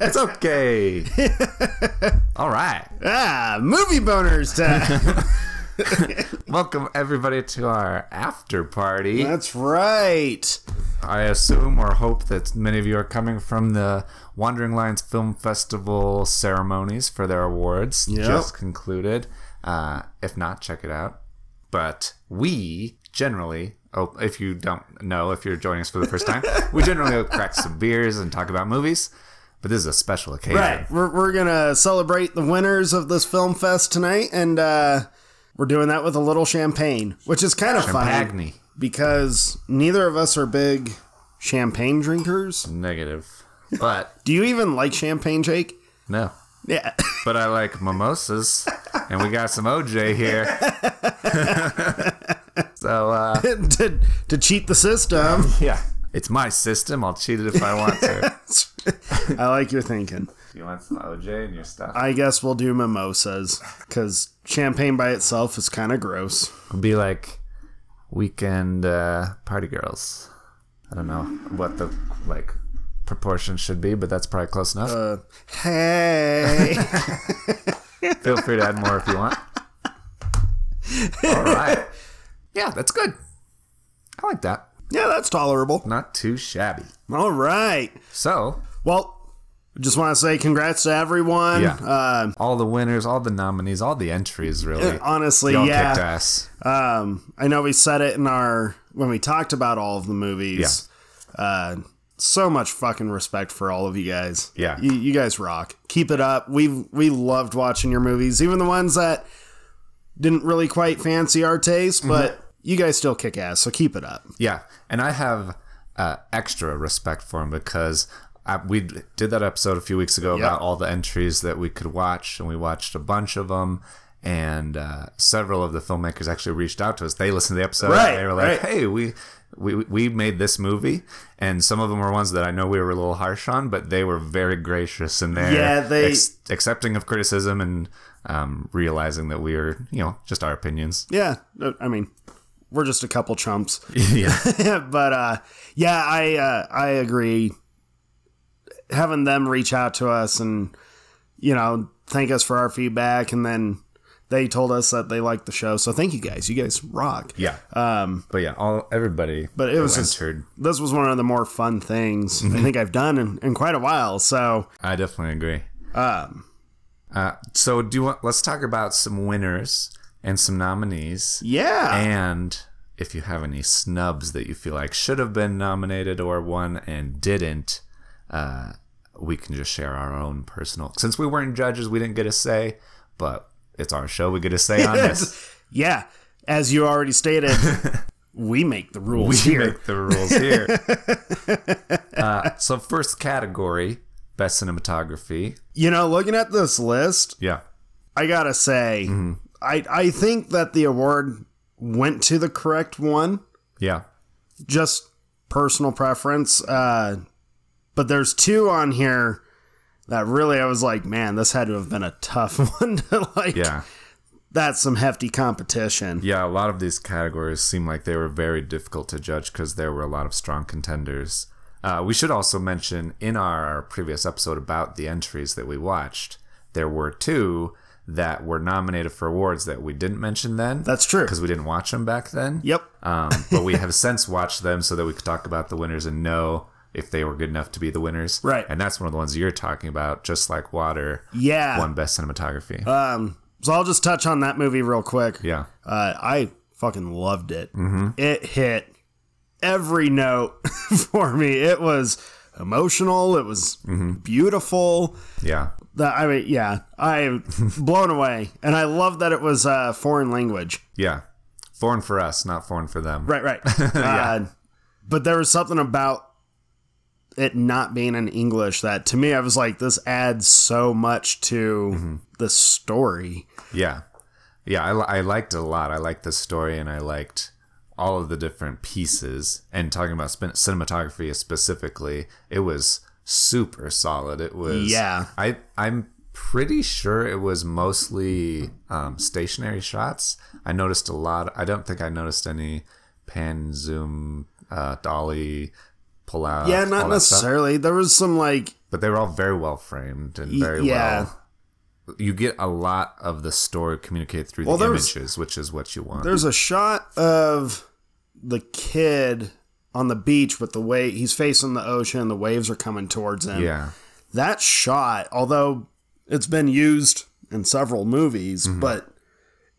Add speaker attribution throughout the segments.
Speaker 1: it's okay. All right.
Speaker 2: Ah, movie boners time.
Speaker 1: Welcome everybody to our after party.
Speaker 2: That's right.
Speaker 1: I assume or hope that many of you are coming from the Wandering Lions Film Festival ceremonies for their awards
Speaker 2: Yep.
Speaker 1: just concluded. Uh, if not, check it out. But we generally, oh, if you don't know, if you're joining us for the first time, we generally crack some beers and talk about movies. But this is a special occasion.
Speaker 2: Right. We're, we're going to celebrate the winners of this film fest tonight, and uh, we're doing that with a little champagne, which is kind of fun
Speaker 1: Pagni.
Speaker 2: because neither of us are big champagne drinkers.
Speaker 1: Negative. But
Speaker 2: Do you even like champagne, Jake?
Speaker 1: no.
Speaker 2: Yeah.
Speaker 1: But I like mimosas, and we got some OJ here. so uh,
Speaker 2: to, to cheat the system.
Speaker 1: yeah, it's my system. I'll cheat it if I want to.
Speaker 2: I like your thinking.
Speaker 1: you want some OJ and your stuff?
Speaker 2: I guess we'll do mimosas because champagne by itself is kind of gross.
Speaker 1: I'll be like weekend uh, party girls. I don't know what the like proportion should be, but that's probably close enough.
Speaker 2: Hey.
Speaker 1: Feel free to add more if you want. All right. Yeah, that's good. I like that.
Speaker 2: yeah, that's tolerable.
Speaker 1: Not too shabby.
Speaker 2: All right.
Speaker 1: So
Speaker 2: Well, just want to say congrats to everyone.
Speaker 1: Yeah.
Speaker 2: Um,
Speaker 1: all the winners, all the nominees, all the entries, really.
Speaker 2: honestly,
Speaker 1: Y'all kicked
Speaker 2: yeah.
Speaker 1: ass.
Speaker 2: Um, I know we said it in our when we talked about all of the movies. Uh, so much fucking respect for all of you guys.
Speaker 1: Yeah.
Speaker 2: you, you guys rock. Keep it up. We we loved watching your movies, even the ones that didn't really quite fancy our
Speaker 1: Mm-hmm.
Speaker 2: taste, but you guys still kick ass. So keep it up.
Speaker 1: Yeah, and I have uh, extra respect for him because I, we did that episode a few weeks ago about all the entries that we could watch, and we watched a bunch of them. And uh, several of the filmmakers actually reached out to us. They listened to the episode.
Speaker 2: Right,
Speaker 1: and they were like,
Speaker 2: right.
Speaker 1: "Hey, we." We, we made this movie, and some of them were ones that I know we were a little harsh on, but they were very gracious in their
Speaker 2: Yeah, they-
Speaker 1: accepting of criticism and um, realizing that we are, you know, just our opinions.
Speaker 2: Yeah, uh, I mean, we're just a couple chumps.
Speaker 1: yeah,
Speaker 2: but uh, yeah, I uh, I agree. Having them reach out to us and you know thank us for our feedback, and then they told us that they liked the show, so thank you guys. You guys rock.
Speaker 1: yeah. Um, but yeah, all everybody.
Speaker 2: But it was
Speaker 1: who
Speaker 2: just-
Speaker 1: entered
Speaker 2: This was one of the more fun things
Speaker 1: Mm-hmm.
Speaker 2: I think I've done in, in quite a while. So
Speaker 1: I definitely agree. Um, uh, so do you want? Let's talk about some winners and some nominees,
Speaker 2: yeah,
Speaker 1: and if you have any snubs that you feel like should have been nominated or won and didn't. Uh, we can just share our own personal. Since we weren't judges, we didn't get a say, but it's our show. We get a say on this.
Speaker 2: yeah. As you already stated, we make the
Speaker 1: We
Speaker 2: rules here.
Speaker 1: make the rules here. uh, so first category, best cinematography.
Speaker 2: you know, looking at this list,
Speaker 1: Yeah,
Speaker 2: I gotta say,
Speaker 1: Mm-hmm.
Speaker 2: I I think that the award went to the correct one.
Speaker 1: yeah.
Speaker 2: Just personal preference. Uh, but there's two on here that really I was like, man, this had to have been a tough one to like.
Speaker 1: Yeah.
Speaker 2: That's some hefty competition.
Speaker 1: Yeah, a lot of these categories seem like they were very difficult to judge because there were a lot of strong contenders. Uh, we should also mention in our previous episode about the entries that we watched, there were two that were nominated for awards that we didn't mention then
Speaker 2: That's true.
Speaker 1: because we didn't watch them back then.
Speaker 2: Yep.
Speaker 1: Um, but we have since watched them so that we could talk about the winners and know if they were good enough to be the winners.
Speaker 2: Right.
Speaker 1: And that's one of the ones you're talking about, just like Water,
Speaker 2: Yeah. Uh,
Speaker 1: won Best Cinematography.
Speaker 2: So I'll just touch on that movie real quick.
Speaker 1: yeah. Mm-hmm.
Speaker 2: Uh, I fucking loved it. It hit every note for me. It was emotional. It was
Speaker 1: Mm-hmm.
Speaker 2: beautiful.
Speaker 1: Yeah.
Speaker 2: That I mean, yeah, I'm blown away, and I love that it was uh, foreign language.
Speaker 1: Yeah. Foreign for us, not foreign for them.
Speaker 2: Right, right. uh, but there was something about it not being in English that, to me, I was like, this adds so much to
Speaker 1: Mm-hmm.
Speaker 2: the story.
Speaker 1: Yeah. Yeah, I, li- I liked it a lot. I liked the story and I liked all of the different pieces. And talking about spin- cinematography specifically, it was super solid. It was.
Speaker 2: Yeah.
Speaker 1: I, I'm pretty sure it was mostly um, stationary shots. I noticed a lot. I don't think I noticed any pan, zoom, uh, dolly, pull out.
Speaker 2: yeah,
Speaker 1: all
Speaker 2: not
Speaker 1: that stuff.
Speaker 2: necessarily. There was some like
Speaker 1: But they were all very well framed and
Speaker 2: Y-
Speaker 1: very
Speaker 2: yeah.
Speaker 1: well. You get a lot of the story communicated through
Speaker 2: Well,
Speaker 1: the
Speaker 2: there was-
Speaker 1: images, which is what you want.
Speaker 2: there's a shot of the kid on the beach with the way he's facing the ocean, the waves are coming towards him.
Speaker 1: Yeah.
Speaker 2: That shot, although it's been used in several movies, but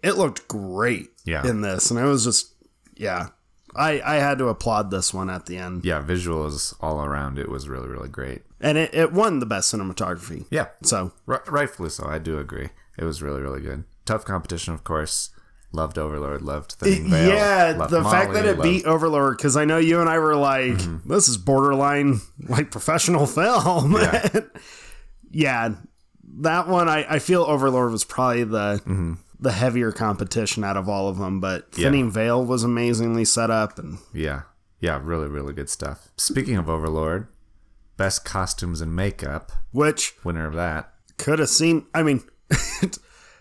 Speaker 2: it looked great
Speaker 1: Mm-hmm. Yeah.
Speaker 2: in this. And it was just yeah. I, I had to applaud this one at the end.
Speaker 1: Yeah, visuals all around it was really, really great.
Speaker 2: And it, it won the best cinematography.
Speaker 1: Yeah,
Speaker 2: So
Speaker 1: r- rightfully so. I do agree. It was really, really good. Tough competition, of course. Loved Overlord, loved Thinning Veil.
Speaker 2: yeah,
Speaker 1: loved
Speaker 2: the fact that
Speaker 1: Molly, Mm-hmm.
Speaker 2: it
Speaker 1: loved-
Speaker 2: beat Overlord because I know you and I were like, this is borderline like professional film.
Speaker 1: Yeah.
Speaker 2: Yeah, that one I, I feel Overlord was probably the the heavier competition out of all of them, but
Speaker 1: Mm-hmm. Yeah.
Speaker 2: Thinning Veil was amazingly set up and
Speaker 1: Yeah, yeah, really, really good stuff. Speaking of Overlord, best costumes and makeup
Speaker 2: which
Speaker 1: winner of that.
Speaker 2: could have seemed. I mean.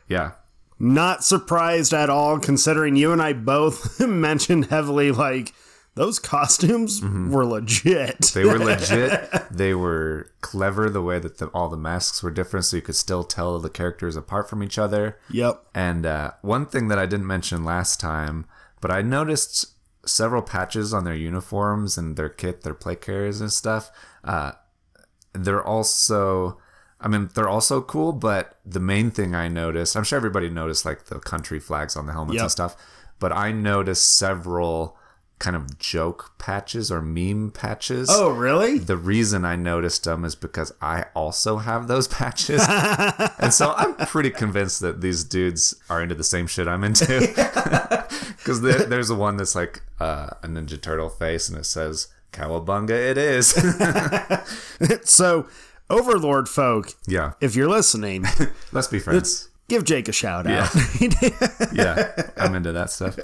Speaker 1: Yeah,
Speaker 2: Not surprised at all, considering you and I both mentioned heavily, like, those costumes were legit.
Speaker 1: Mm-hmm. They were legit. they were clever the way that the, all the masks were different, so you could still tell the characters apart from each other.
Speaker 2: yep.
Speaker 1: And uh, one thing that I didn't mention last time, but I noticed several patches on their uniforms and their kit, their play carriers and stuff. Uh, they're also, I mean, they're also cool, but the main thing I noticed, I'm sure everybody noticed like the country flags on the helmets
Speaker 2: Yep.
Speaker 1: and stuff, but I noticed several kind of joke patches or meme patches
Speaker 2: Oh, really?
Speaker 1: the reason I noticed them is because I also have those patches. and so I'm pretty convinced that these dudes are into the same shit I'm into. Because there, there's a one that's like uh, a Ninja Turtle face and it says, Cowabunga, it is.
Speaker 2: So, Overlord folk,
Speaker 1: yeah.
Speaker 2: if you're listening,
Speaker 1: Let's be friends.
Speaker 2: give Jake a shout out.
Speaker 1: yeah, I'm into that stuff.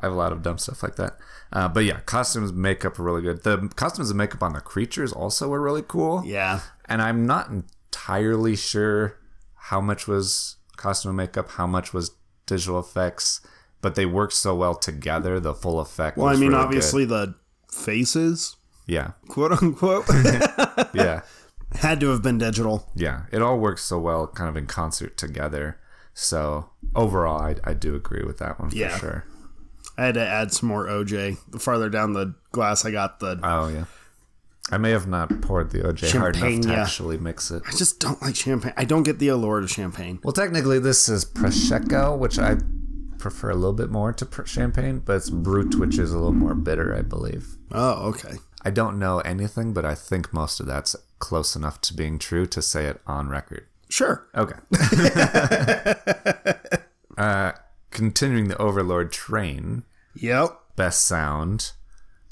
Speaker 1: I have a lot of dumb stuff like that. Uh, but yeah, costumes, makeup are really good. The costumes and makeup on the creatures also were really cool.
Speaker 2: yeah.
Speaker 1: and I'm not entirely sure how much was costume and makeup, how much was digital effects, but they worked so well together. The full effect.
Speaker 2: Well, I
Speaker 1: was
Speaker 2: mean,
Speaker 1: really
Speaker 2: obviously the faces,
Speaker 1: good. yeah,
Speaker 2: quote unquote,
Speaker 1: yeah,
Speaker 2: had to have been digital.
Speaker 1: yeah. It all works so well, kind of in concert together. So overall, I, I do agree with that one for
Speaker 2: Yeah.
Speaker 1: sure.
Speaker 2: I had to add some more OJ. The farther down the glass I got, the
Speaker 1: Oh yeah, I may have not poured the OJ hard enough
Speaker 2: Champagne,
Speaker 1: to
Speaker 2: yeah.
Speaker 1: actually mix it.
Speaker 2: I just don't like champagne. I don't get the allure to champagne.
Speaker 1: Well, technically, this is prosecco, which I prefer a little bit more to pr- champagne, but it's brut, which is a little more bitter, I believe.
Speaker 2: Oh, okay.
Speaker 1: I don't know anything, but I think most of that's close enough to being true to say it on record.
Speaker 2: Sure.
Speaker 1: Okay. uh, continuing the Overlord train,
Speaker 2: Yep.
Speaker 1: best sound.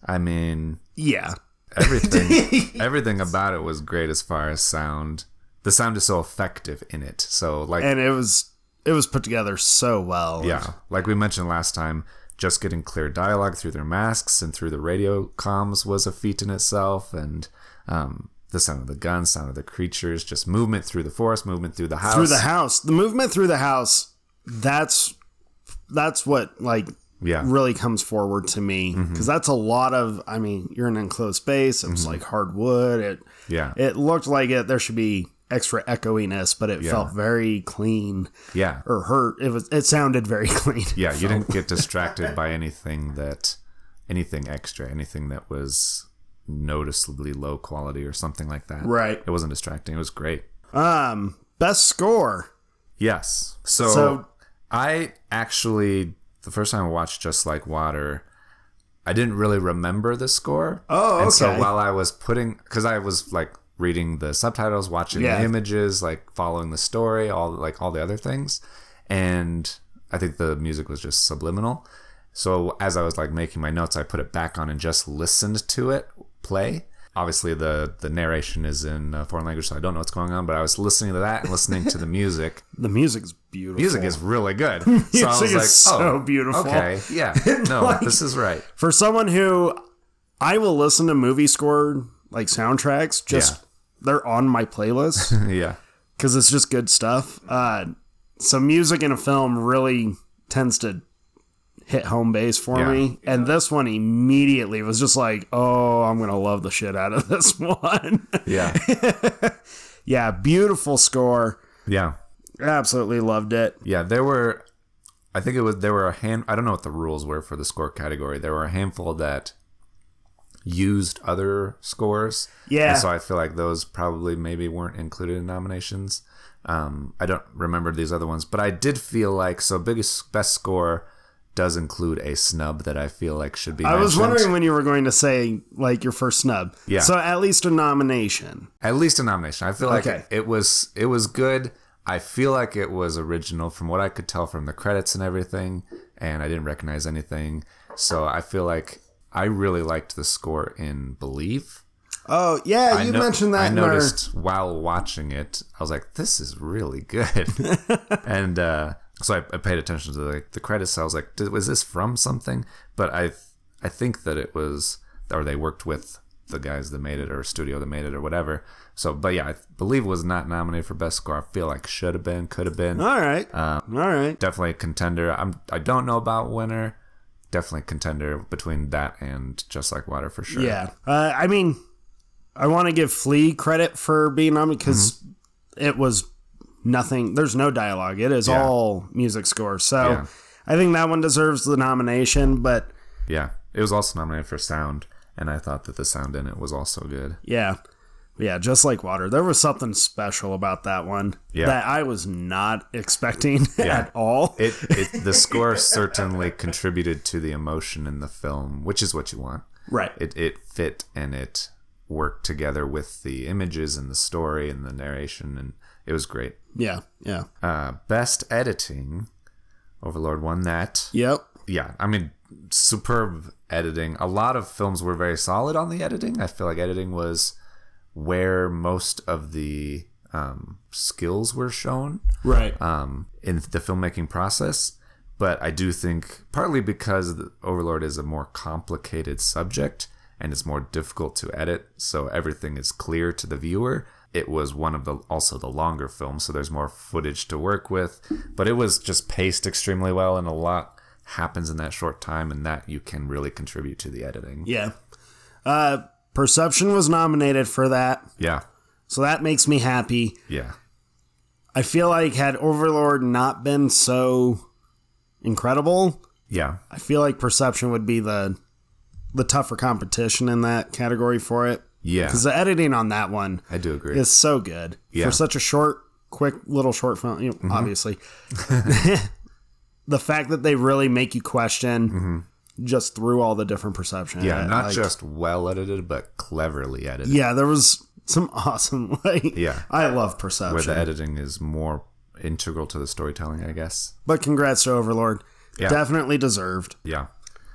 Speaker 1: I mean,
Speaker 2: Yeah.
Speaker 1: everything everything about it was great as far as sound. The sound is so effective in it. So like
Speaker 2: And it was it was put together so well.
Speaker 1: Yeah, like we mentioned last time, just getting clear dialogue through their masks and through the radio comms was a feat in itself, and um, the sound of the guns, sound of the creatures, just movement through the forest, movement through the house.
Speaker 2: Through the house. The movement through the house, that's that's what like
Speaker 1: yeah,
Speaker 2: really comes forward to me because
Speaker 1: Mm-hmm.
Speaker 2: that's a lot of i mean you're in an enclosed space it was like hardwood it
Speaker 1: yeah,
Speaker 2: it looked like it there should be extra echoiness but it felt very clean
Speaker 1: yeah,
Speaker 2: or hurt it was it sounded very clean
Speaker 1: yeah. You didn't get distracted by anything that, anything extra, anything that was noticeably low quality or something like that.
Speaker 2: right
Speaker 1: It wasn't distracting. It was great.
Speaker 2: um best score
Speaker 1: Yes. So,
Speaker 2: So-
Speaker 1: I actually the first time I watched Just Like Water, I didn't really remember the score.
Speaker 2: Oh,
Speaker 1: And so
Speaker 2: okay.
Speaker 1: while I was putting cuz I was like reading the subtitles, watching
Speaker 2: Yeah.
Speaker 1: the images, like following the story, all like all the other things. And I think the music was just subliminal. So as I was like making my notes, I put it back on and just listened to it play. Obviously, the the narration is in a foreign language, so I don't know what's going on. But I was listening to that and listening to the music,
Speaker 2: the music's beautiful
Speaker 1: music is really good. So I was
Speaker 2: Music
Speaker 1: like,
Speaker 2: is so
Speaker 1: oh,
Speaker 2: beautiful.
Speaker 1: okay, yeah, no, this is right.
Speaker 2: for someone who i will listen to movie score like soundtracks just
Speaker 1: Yeah.
Speaker 2: they're on my playlist
Speaker 1: yeah,
Speaker 2: because it's just good stuff. Uh, so music in a film really tends to hit home base for
Speaker 1: Yeah.
Speaker 2: me. And this one immediately was just like, oh, I'm going to love the shit out of this one.
Speaker 1: Yeah.
Speaker 2: yeah, beautiful score.
Speaker 1: yeah.
Speaker 2: Absolutely loved it.
Speaker 1: Yeah, there were. I think it was there were a hand. I don't know what the rules were for the score category. There were a handful that used other scores.
Speaker 2: Yeah.
Speaker 1: and so I feel like those probably maybe weren't included in nominations. Um, I don't remember these other ones, but I did feel like so biggest best score does include a snub that I feel like should be.
Speaker 2: I was
Speaker 1: mentioned.
Speaker 2: wondering when you were going to say like your first snub.
Speaker 1: Yeah.
Speaker 2: So at least a nomination.
Speaker 1: at least a nomination. I feel like
Speaker 2: Okay.
Speaker 1: it was it was good. I feel like it was original from what I could tell from the credits and everything, and I didn't recognize anything. So I feel like I really liked the score in Believe.
Speaker 2: Oh yeah,
Speaker 1: I
Speaker 2: you
Speaker 1: no-
Speaker 2: mentioned
Speaker 1: I
Speaker 2: that. in our-
Speaker 1: noticed while watching it, I was like, "This is really good," and uh, so I, I paid attention to the, the credits. I was like, "Did- "Was this from something?" But I, I think that it was, or they worked with the guys that made it, or studio that made it, or whatever. So, but yeah, I believe it was not nominated for best score. I feel like should have been, could have been,
Speaker 2: All right.
Speaker 1: Uh,
Speaker 2: All right.
Speaker 1: definitely a contender. I'm, I don't know about winner. Definitely contender between that and just like water for sure.
Speaker 2: Yeah. Uh, I mean, I want to give Flea credit for being on because it was nothing. There's no dialogue. It is
Speaker 1: Mm-hmm. Yeah.
Speaker 2: all music score. So
Speaker 1: Yeah.
Speaker 2: I think that one deserves the nomination. But
Speaker 1: Yeah, it was also nominated for sound, and I thought that the sound in it was also good.
Speaker 2: yeah, yeah, just like water, there was something special about that one
Speaker 1: Yeah.
Speaker 2: that I was not expecting
Speaker 1: Yeah.
Speaker 2: at all.
Speaker 1: It, it the score certainly contributed to the emotion in the film, which is what you want.
Speaker 2: right.
Speaker 1: It it fit and it worked together with the images and the story and the narration, and it was great.
Speaker 2: yeah. Yeah.
Speaker 1: Uh, best editing, Overlord won that.
Speaker 2: Yep.
Speaker 1: yeah, I mean, superb editing. A lot of films were very solid on the editing. I feel like editing was where most of the um, skills were shown
Speaker 2: Right.
Speaker 1: um, in the filmmaking process. But I do think partly because the Overlord is a more complicated subject and it's more difficult to edit, so everything is clear to the viewer. It was one of the also the longer film, so there's more footage to work with. But it was just paced extremely well, and a lot happens in that short time, and that you can really contribute to the editing.
Speaker 2: yeah. Uh, Perception was nominated for that.
Speaker 1: Yeah,
Speaker 2: So that makes me happy.
Speaker 1: yeah,
Speaker 2: I feel like had Overlord not been so incredible,
Speaker 1: yeah.
Speaker 2: I feel like Perception would be the the tougher competition in that category for it.
Speaker 1: Yeah.
Speaker 2: Because the editing on that one
Speaker 1: I do agree.
Speaker 2: is so good
Speaker 1: Yeah. Mm-hmm.
Speaker 2: for such a short, quick little short film. You know, Obviously, the fact that they really make you question just through all the different perception.
Speaker 1: Mm-hmm. yeah,
Speaker 2: Uh,
Speaker 1: not
Speaker 2: like-
Speaker 1: just well edited, but cleverly edited.
Speaker 2: yeah. There was some awesome. Like,
Speaker 1: Yeah.
Speaker 2: I love
Speaker 1: where
Speaker 2: Perception.
Speaker 1: the editing is more integral to the storytelling, I guess.
Speaker 2: But congrats to Overlord.
Speaker 1: Yeah.
Speaker 2: Definitely deserved.
Speaker 1: Yeah.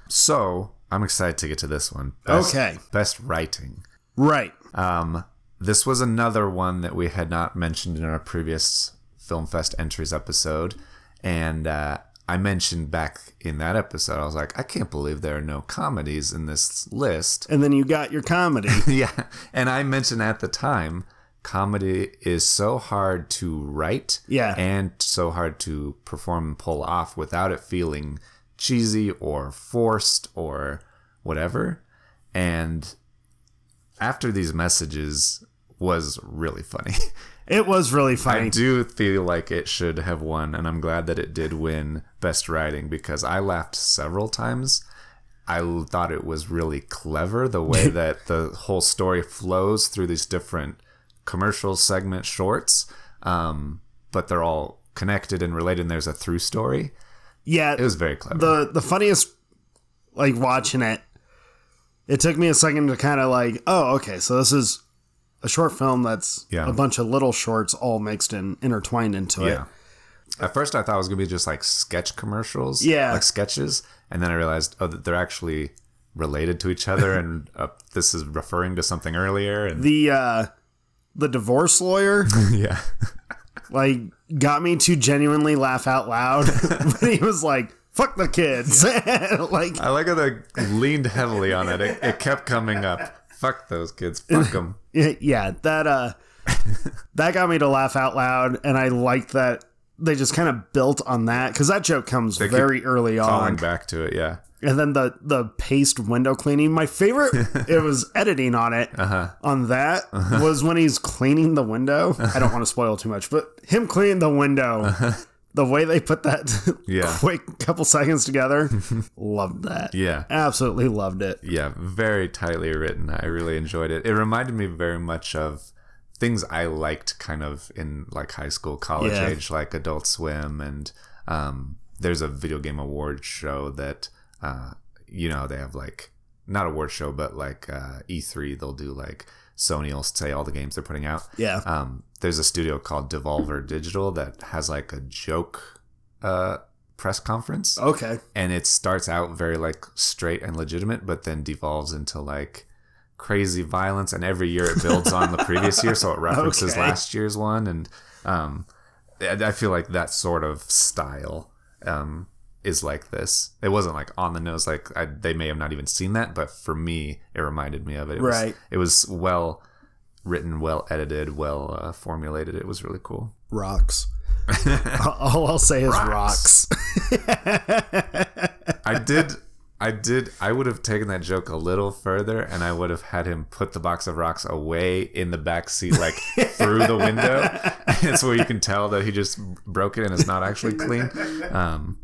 Speaker 1: So I'm excited to get to this one. Best,
Speaker 2: Okay.
Speaker 1: Best writing.
Speaker 2: Right.
Speaker 1: Um, this was another one that we had not mentioned in our previous Film Fest entries episode, and uh, I mentioned back in that episode, I was like, I can't believe there are no comedies in this list.
Speaker 2: and then you got your comedy.
Speaker 1: yeah. And I mentioned at the time, comedy is so hard to write
Speaker 2: Yeah.
Speaker 1: and so hard to perform and pull off without it feeling cheesy or forced or whatever. And after these messages was really funny.
Speaker 2: It was really
Speaker 1: I
Speaker 2: funny.
Speaker 1: do feel like it should have won, and I'm glad that it did win Best Writing because I laughed several times. I l- thought it was really clever the way that the whole story flows through these different commercial segment shorts, um, but they're all connected and related, and there's a through story.
Speaker 2: Yeah,
Speaker 1: It was very clever.
Speaker 2: the the funniest like watching it. It took me a second to kind of like, oh, okay, so this is a short film that's
Speaker 1: Yeah.
Speaker 2: a bunch of little shorts all mixed and intertwined into it.
Speaker 1: yeah. At first, I thought it was gonna be just like sketch commercials,
Speaker 2: Yeah.
Speaker 1: like sketches, and then I realized oh, that they're actually related to each other, and uh, this is referring to something earlier. And
Speaker 2: The uh the divorce lawyer
Speaker 1: yeah,
Speaker 2: like got me to genuinely laugh out loud. but he was like, "Fuck the kids." like
Speaker 1: I like how they leaned heavily on it. It, it kept coming up. Fuck those kids. Fuck them.
Speaker 2: yeah that uh that got me to laugh out loud and i liked that they just kind of built on that because that joke comes very early
Speaker 1: Falling
Speaker 2: on.
Speaker 1: back to it, yeah.
Speaker 2: and then the the paste window cleaning my favorite it was editing on it
Speaker 1: Uh-huh.
Speaker 2: on that was when he's cleaning the window i don't want to spoil too much but him cleaning the window the way they put that
Speaker 1: Uh-huh. Yeah.
Speaker 2: quick couple seconds together loved that
Speaker 1: Yeah.
Speaker 2: absolutely loved it
Speaker 1: yeah, very tightly written. I really enjoyed it. It reminded me very much of things I liked kind of in like high school, college
Speaker 2: Yeah.
Speaker 1: age, like Adult Swim and um there's a video game award show that uh you know, they have like not award show, but like uh E3 they'll do like Sony will say all the games they're putting out
Speaker 2: yeah
Speaker 1: um, there's a studio called Devolver Digital that has like a joke uh, press conference,
Speaker 2: okay
Speaker 1: and it starts out very like straight and legitimate, but then devolves into like crazy violence, and every year it builds on the previous year, so it references
Speaker 2: Okay.
Speaker 1: last year's one, and um, I I feel like that sort of style um, is like this. It wasn't like on the nose, like I, they may have not even seen that, but for me, it reminded me of it. It was-
Speaker 2: Right.
Speaker 1: it was well written, well edited, well uh, formulated. It was really cool.
Speaker 2: rocks all i'll say is rocks,
Speaker 1: Rocks. I did. I did. I would have taken that joke a little further, and I would have had him put the box of rocks away in the back seat, like through the window. It's where you can tell that he just broke it and it's not actually clean, um,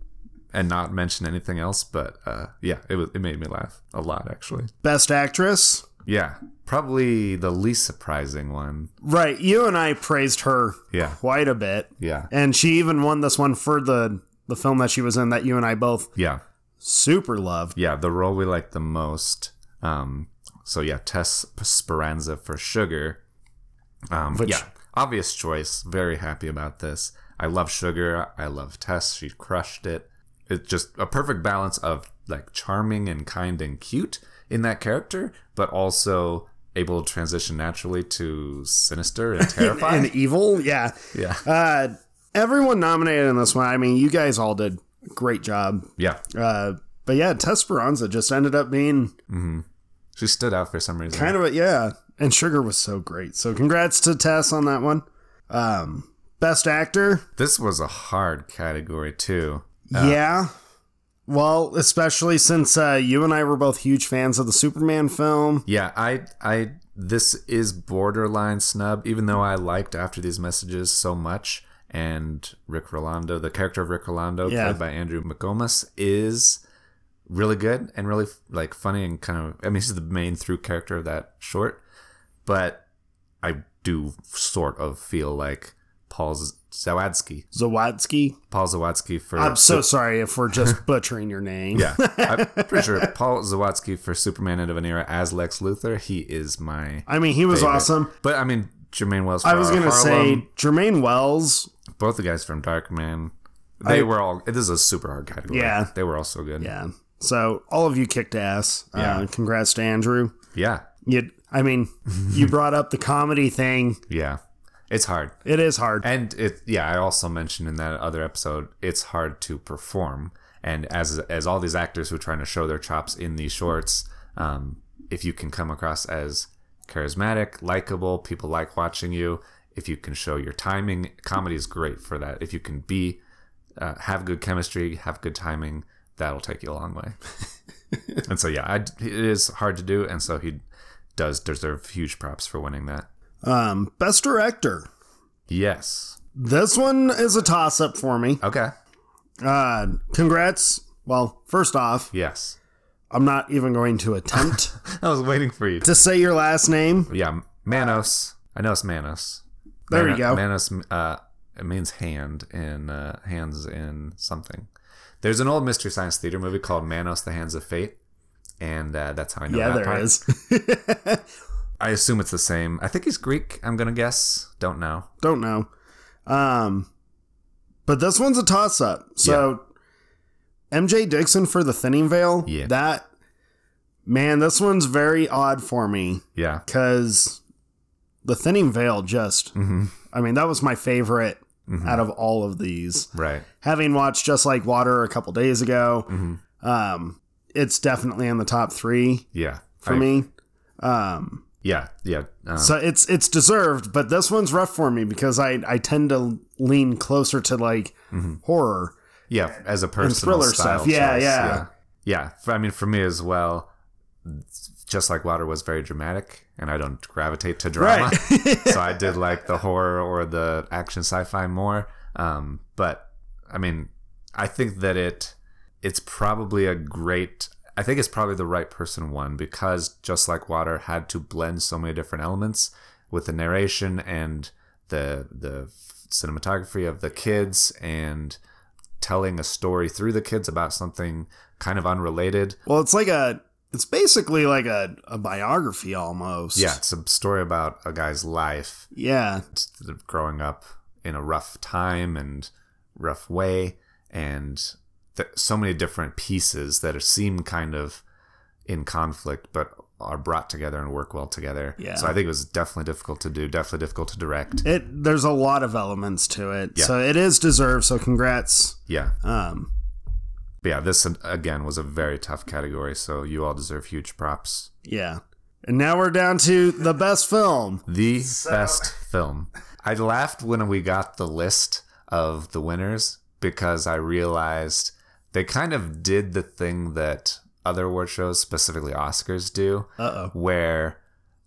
Speaker 1: and not mention anything else. But uh, yeah, it was. It made me laugh a lot, actually.
Speaker 2: best actress
Speaker 1: Yeah, probably the least surprising one.
Speaker 2: right you and i praised her
Speaker 1: Yeah,
Speaker 2: quite a bit
Speaker 1: yeah,
Speaker 2: and she even won this one for the the film that she was in that you and I both
Speaker 1: yeah.
Speaker 2: super loved.
Speaker 1: yeah, the role we like the most. Um, so yeah, Tess Speranza for Sugar. Um,
Speaker 2: Which-
Speaker 1: yeah, obvious choice. Very happy about this. I love Sugar. I love Tess. She crushed it. It's just a perfect balance of like charming and kind and cute in that character, but also able to transition naturally to sinister and terrifying.
Speaker 2: And evil, yeah.
Speaker 1: yeah,
Speaker 2: Uh, everyone nominated in this one. I mean, you guys all did great job.
Speaker 1: yeah.
Speaker 2: Uh, but yeah, Tess Speranza just ended up being
Speaker 1: She stood out for some reason.
Speaker 2: kind of a yeah. And Sugar was so great. So congrats to Tess on that one. Um, best actor,
Speaker 1: this was a hard category too.
Speaker 2: yeah. Well, especially since uh, you and I were both huge fans of the Superman film.
Speaker 1: Yeah, I I this is borderline snub, even though I liked After These Messages so much. And Rick Rolando, the character of Rick Rolando,
Speaker 2: Yeah.
Speaker 1: played by Andrew McComas, is really good and really like funny and kind of. I mean, he's the main through character of that short, but I do sort of feel like Paul Zawadsky,
Speaker 2: Zawadzki.
Speaker 1: Paul Zawadsky for
Speaker 2: I'm so sorry if we're just butchering your name.
Speaker 1: yeah, I'm pretty sure Paul Zawadsky for Superman End of an Era as Lex Luthor. He is my
Speaker 2: I mean, he was
Speaker 1: favorite.
Speaker 2: awesome.
Speaker 1: But I mean, Jermaine Wells.
Speaker 2: I was
Speaker 1: Farrar,
Speaker 2: gonna
Speaker 1: Harlem,
Speaker 2: say Jermaine Wells.
Speaker 1: both the guys from Darkman. They were all. This is a super hard category.
Speaker 2: Yeah.
Speaker 1: they were all so good.
Speaker 2: Yeah. So all of you kicked ass. Uh,
Speaker 1: Yeah.
Speaker 2: congrats to Andrew.
Speaker 1: yeah,
Speaker 2: You, I mean, you brought up the comedy thing.
Speaker 1: yeah. It's hard,
Speaker 2: It is hard.
Speaker 1: and it. Yeah, I also mentioned in that other episode, it's hard to perform, and as as all these actors who are trying to show their chops in these shorts, um, if you can come across as charismatic, likable, people like watching you. If you can show your timing, comedy is great for that. If you can be, uh, have good chemistry, have good timing, that'll take you a long way. and so, yeah, I, it is hard to do, and so he does deserve huge props for winning that.
Speaker 2: Um, best director.
Speaker 1: Yes.
Speaker 2: This one is a toss up for me.
Speaker 1: Okay.
Speaker 2: Uh, congrats. Well, first off,
Speaker 1: Yes.
Speaker 2: I'm not even going to attempt
Speaker 1: I was waiting for you.
Speaker 2: to say your last name.
Speaker 1: Yeah, Manos. I know it's Manos.
Speaker 2: There we
Speaker 1: Mana-
Speaker 2: go.
Speaker 1: Manos. Uh, it means hand in uh, hands in something. There's an old mystery science theater movie called Manos: The Hands of Fate, and uh, that's how I know.
Speaker 2: Yeah,
Speaker 1: that
Speaker 2: there
Speaker 1: part.
Speaker 2: is.
Speaker 1: I assume it's the same. I think he's Greek. I'm gonna guess. Don't know.
Speaker 2: Don't know. Um, but this one's a toss up. So MJ Dixon for the thinning veil.
Speaker 1: Yeah.
Speaker 2: That man, this one's very odd for me
Speaker 1: Yeah.
Speaker 2: because the thinning veil just.
Speaker 1: Mhm.
Speaker 2: I mean, that was my favorite out of all of these.
Speaker 1: Mm-hmm. Right.
Speaker 2: Having watched Just Like Water a couple days ago,
Speaker 1: Mhm.
Speaker 2: um, it's definitely in the top three
Speaker 1: Yeah.
Speaker 2: for
Speaker 1: I-
Speaker 2: me. Um,
Speaker 1: Yeah, yeah. Um,
Speaker 2: So it's it's deserved, but this one's rough for me because I I tend to lean closer to like
Speaker 1: mm-hmm.
Speaker 2: horror.
Speaker 1: yeah, as a personal
Speaker 2: thriller
Speaker 1: style
Speaker 2: stuff. Yeah,
Speaker 1: choice,
Speaker 2: yeah.
Speaker 1: yeah, yeah. For- I mean, for me as well. Just like Water was very dramatic, and I don't gravitate to drama, so I did like the horror or the action sci-fi more. Um, but I mean, I think that it it's probably a great. I think it's probably the right person one because just like Water had to blend so many different elements with the narration and the the cinematography of the kids and telling a story through the kids about something kind of unrelated.
Speaker 2: Well, it's like a it's basically like a, a biography almost.
Speaker 1: Yeah, it's a story about a guy's life
Speaker 2: Yeah.
Speaker 1: it's the- growing up in a rough time and rough way, and th- so many different pieces that are, seem kind of in conflict, but are brought together and work well together.
Speaker 2: Yeah.
Speaker 1: So I think it was definitely difficult to do, definitely difficult to direct.
Speaker 2: It there's a lot of elements to it.
Speaker 1: Yeah.
Speaker 2: So it is deserved, so congrats.
Speaker 1: Yeah.
Speaker 2: Um
Speaker 1: But yeah, this again was a very tough category, so you all deserve huge props.
Speaker 2: yeah. And now we're down to the best film.
Speaker 1: The best film. I laughed when we got the list of the winners because I realized they kind of did the thing that other award shows, specifically Oscars, do,
Speaker 2: Uh oh.
Speaker 1: where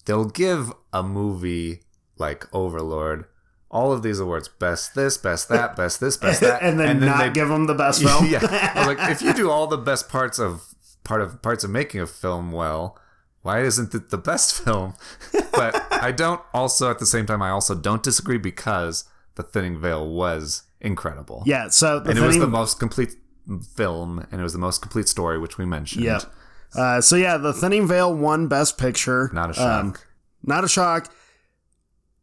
Speaker 1: they'll give a movie like Overlord all of these awards best this, best that, best this, best that.
Speaker 2: And then not give them the best film.
Speaker 1: yeah. I was like, if you do all the best parts of part of parts of making a film well, why isn't it the best film? But I don't also at the same time I also don't disagree because The Thinning Veil was incredible.
Speaker 2: Yeah, so the
Speaker 1: And it was
Speaker 2: thing-
Speaker 1: the most complete film and it was the most complete story which we mentioned.
Speaker 2: Yep. Uh, so yeah, The Thinning Veil won Best Picture.
Speaker 1: Not a shock.
Speaker 2: Um, not a shock.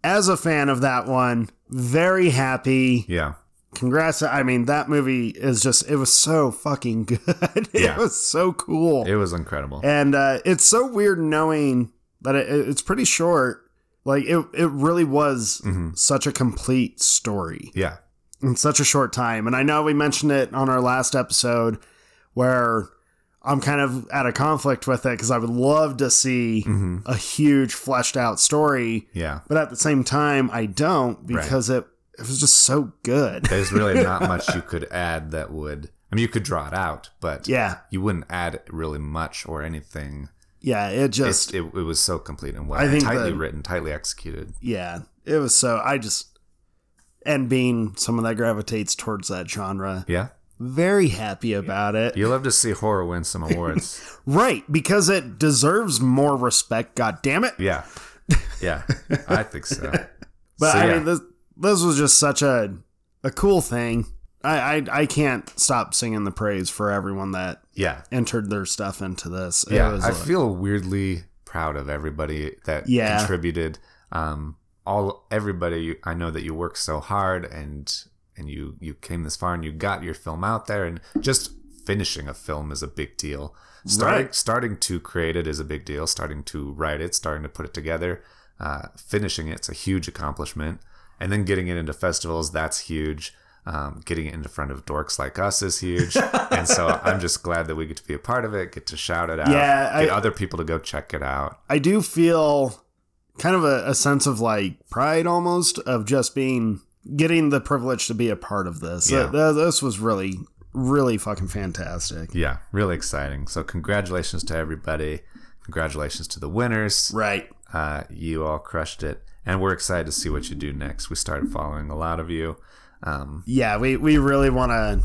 Speaker 2: As a fan of that one, very happy.
Speaker 1: yeah.
Speaker 2: Congrats! I mean, that movie is just—it was so fucking good. it
Speaker 1: Yeah.
Speaker 2: was so cool,
Speaker 1: It was incredible.
Speaker 2: and uh, it's so weird knowing that it, it- it's pretty short. Like it—it really was
Speaker 1: Mm-hmm.
Speaker 2: such a complete story
Speaker 1: yeah.
Speaker 2: in such a short time. And I know we mentioned it on our last episode where I'm kind of at a conflict with it because I would love to see a huge fleshed out story,
Speaker 1: Mm-hmm. Yeah.
Speaker 2: but at the same time, I don't because it it was just so good.
Speaker 1: There's really not much you could add that would I mean you could draw it out, but
Speaker 2: yeah,
Speaker 1: you wouldn't add really much or anything
Speaker 2: yeah, it
Speaker 1: It's,
Speaker 2: just
Speaker 1: it, it was so complete and well,
Speaker 2: I
Speaker 1: and
Speaker 2: think
Speaker 1: tightly
Speaker 2: the-
Speaker 1: written, tightly executed.
Speaker 2: yeah, it was so I just and being someone that gravitates towards that genre,
Speaker 1: Yeah,
Speaker 2: very happy about it.
Speaker 1: you love to see horror win some awards.
Speaker 2: Right, because it deserves more respect. God damn it!
Speaker 1: yeah, yeah, I think so.
Speaker 2: But
Speaker 1: So,
Speaker 2: I
Speaker 1: yeah.
Speaker 2: mean, this this was just such a a cool thing. I, I I can't stop singing the praise for everyone that
Speaker 1: yeah,
Speaker 2: entered their stuff into this. It
Speaker 1: yeah.
Speaker 2: was
Speaker 1: I
Speaker 2: like-
Speaker 1: feel weirdly proud of everybody that
Speaker 2: Yeah.
Speaker 1: contributed. Um, all everybody, you, I know that you worked so hard and and you you came this far and you got your film out there and just finishing a film is a big deal. Starting
Speaker 2: Right.
Speaker 1: starting to create it is a big deal. Starting to write it, starting to put it together, uh, finishing it's a huge accomplishment. And then getting it into festivals, that's huge. Um, getting it into front of dorks like us is huge. and so I'm just glad that we get to be a part of it, get to shout it out,
Speaker 2: Yeah, I-
Speaker 1: get other people to go check it out.
Speaker 2: I do feel kind of a, a sense of like pride almost of just being getting the privilege to be a part of this.
Speaker 1: Yeah.
Speaker 2: Th- th- this was really really fucking fantastic.
Speaker 1: Yeah, really exciting. So congratulations to everybody. Congratulations to the winners.
Speaker 2: Right.
Speaker 1: Uh, you all crushed it, and we're excited to see what you do next. We started following a lot of you. Um,
Speaker 2: Yeah, we we really want to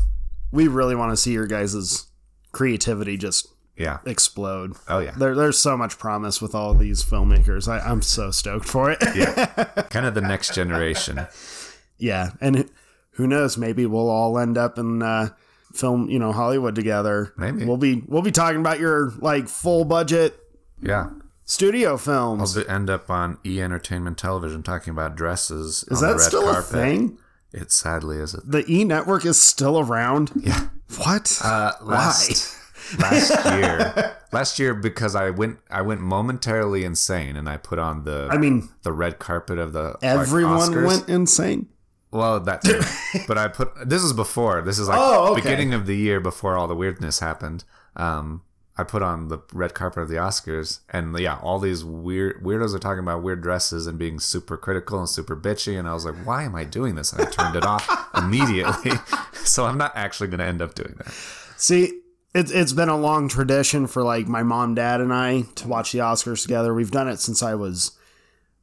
Speaker 2: we really want to see your guys' creativity just
Speaker 1: yeah.
Speaker 2: explode.
Speaker 1: Oh yeah.
Speaker 2: There, there's so much promise with all these filmmakers. I, I'm so stoked for it.
Speaker 1: Yeah. kind of the next generation.
Speaker 2: yeah, and who knows? Maybe we'll all end up in uh, film, you know, Hollywood together.
Speaker 1: Maybe.
Speaker 2: we'll be we'll be talking about your like full budget
Speaker 1: Yeah.
Speaker 2: studio films.
Speaker 1: We'll end up on E Entertainment Television talking about dresses.
Speaker 2: Is that still a thing?
Speaker 1: It sadly is. A,
Speaker 2: The E Network is still around.
Speaker 1: yeah.
Speaker 2: What?
Speaker 1: Uh, last last year, last year because I went I went momentarily insane and I put on the
Speaker 2: I mean,
Speaker 1: the red carpet of the like,
Speaker 2: everyone
Speaker 1: Oscars.
Speaker 2: went insane.
Speaker 1: well that too. but I put this is before this is like
Speaker 2: Oh, okay.
Speaker 1: beginning of the year before all the weirdness happened. Um, I I put on the red carpet of the Oscars, and yeah, all these weird weirdos are talking about weird dresses and being super critical and super bitchy, and I was like, why am I doing this? And I turned it off immediately. so I'm not actually going to end up doing that.
Speaker 2: See, it's it's been a long tradition for like my mom, dad, and I to watch the Oscars together. We've done it since I was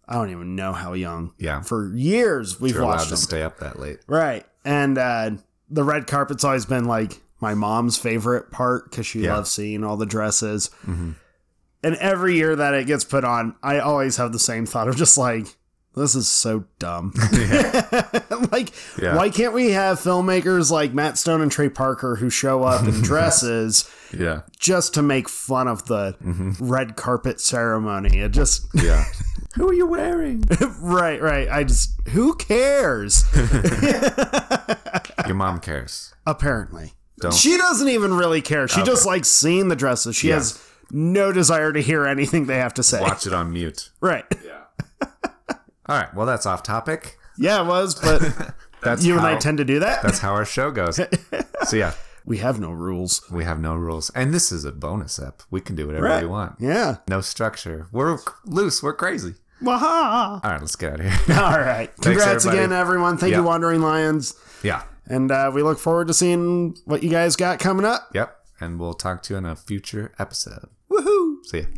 Speaker 2: I don't even know how young.
Speaker 1: Yeah.
Speaker 2: For years we've
Speaker 1: You're allowed
Speaker 2: watched
Speaker 1: to
Speaker 2: them.
Speaker 1: stay up that late.
Speaker 2: Right. And uh, the red carpet's always been like my mom's favorite part because she
Speaker 1: Yeah. Mm-hmm.
Speaker 2: loves seeing all the dresses. And every year that it gets put on, I always have the same thought of just like, this is so dumb. like,
Speaker 1: Yeah.
Speaker 2: why can't we have filmmakers like Matt Stone and Trey Parker who show up in dresses
Speaker 1: Yeah.
Speaker 2: just to make fun of the
Speaker 1: Mm-hmm.
Speaker 2: red carpet ceremony? It just,
Speaker 1: Yeah. Who are you wearing?
Speaker 2: right, right. I just, who cares?
Speaker 1: Your mom cares.
Speaker 2: apparently.
Speaker 1: Don't-
Speaker 2: She doesn't even really care. She just likes seeing the dresses. She has no desire to hear anything they have to say.
Speaker 1: Watch it on mute.
Speaker 2: Right.
Speaker 1: All right. Well, that's off topic.
Speaker 2: Yeah, it was, but
Speaker 1: That's
Speaker 2: you and
Speaker 1: how,
Speaker 2: I tend to do that.
Speaker 1: That's how our show goes. so yeah,
Speaker 2: We have no rules.
Speaker 1: we have no rules, and this is a bonus app. We can do whatever
Speaker 2: Right.
Speaker 1: we want.
Speaker 2: Yeah.
Speaker 1: No structure. We're loose. We're crazy.
Speaker 2: Waha.
Speaker 1: All right, let's get out of here.
Speaker 2: All right. Congrats
Speaker 1: everybody.
Speaker 2: again, everyone. Thank
Speaker 1: Yeah.
Speaker 2: you, Wandering Lions.
Speaker 1: yeah.
Speaker 2: And uh, we look forward to seeing what you guys got coming up.
Speaker 1: Yep. And we'll talk to you in a future episode.
Speaker 2: Woohoo!
Speaker 1: See ya.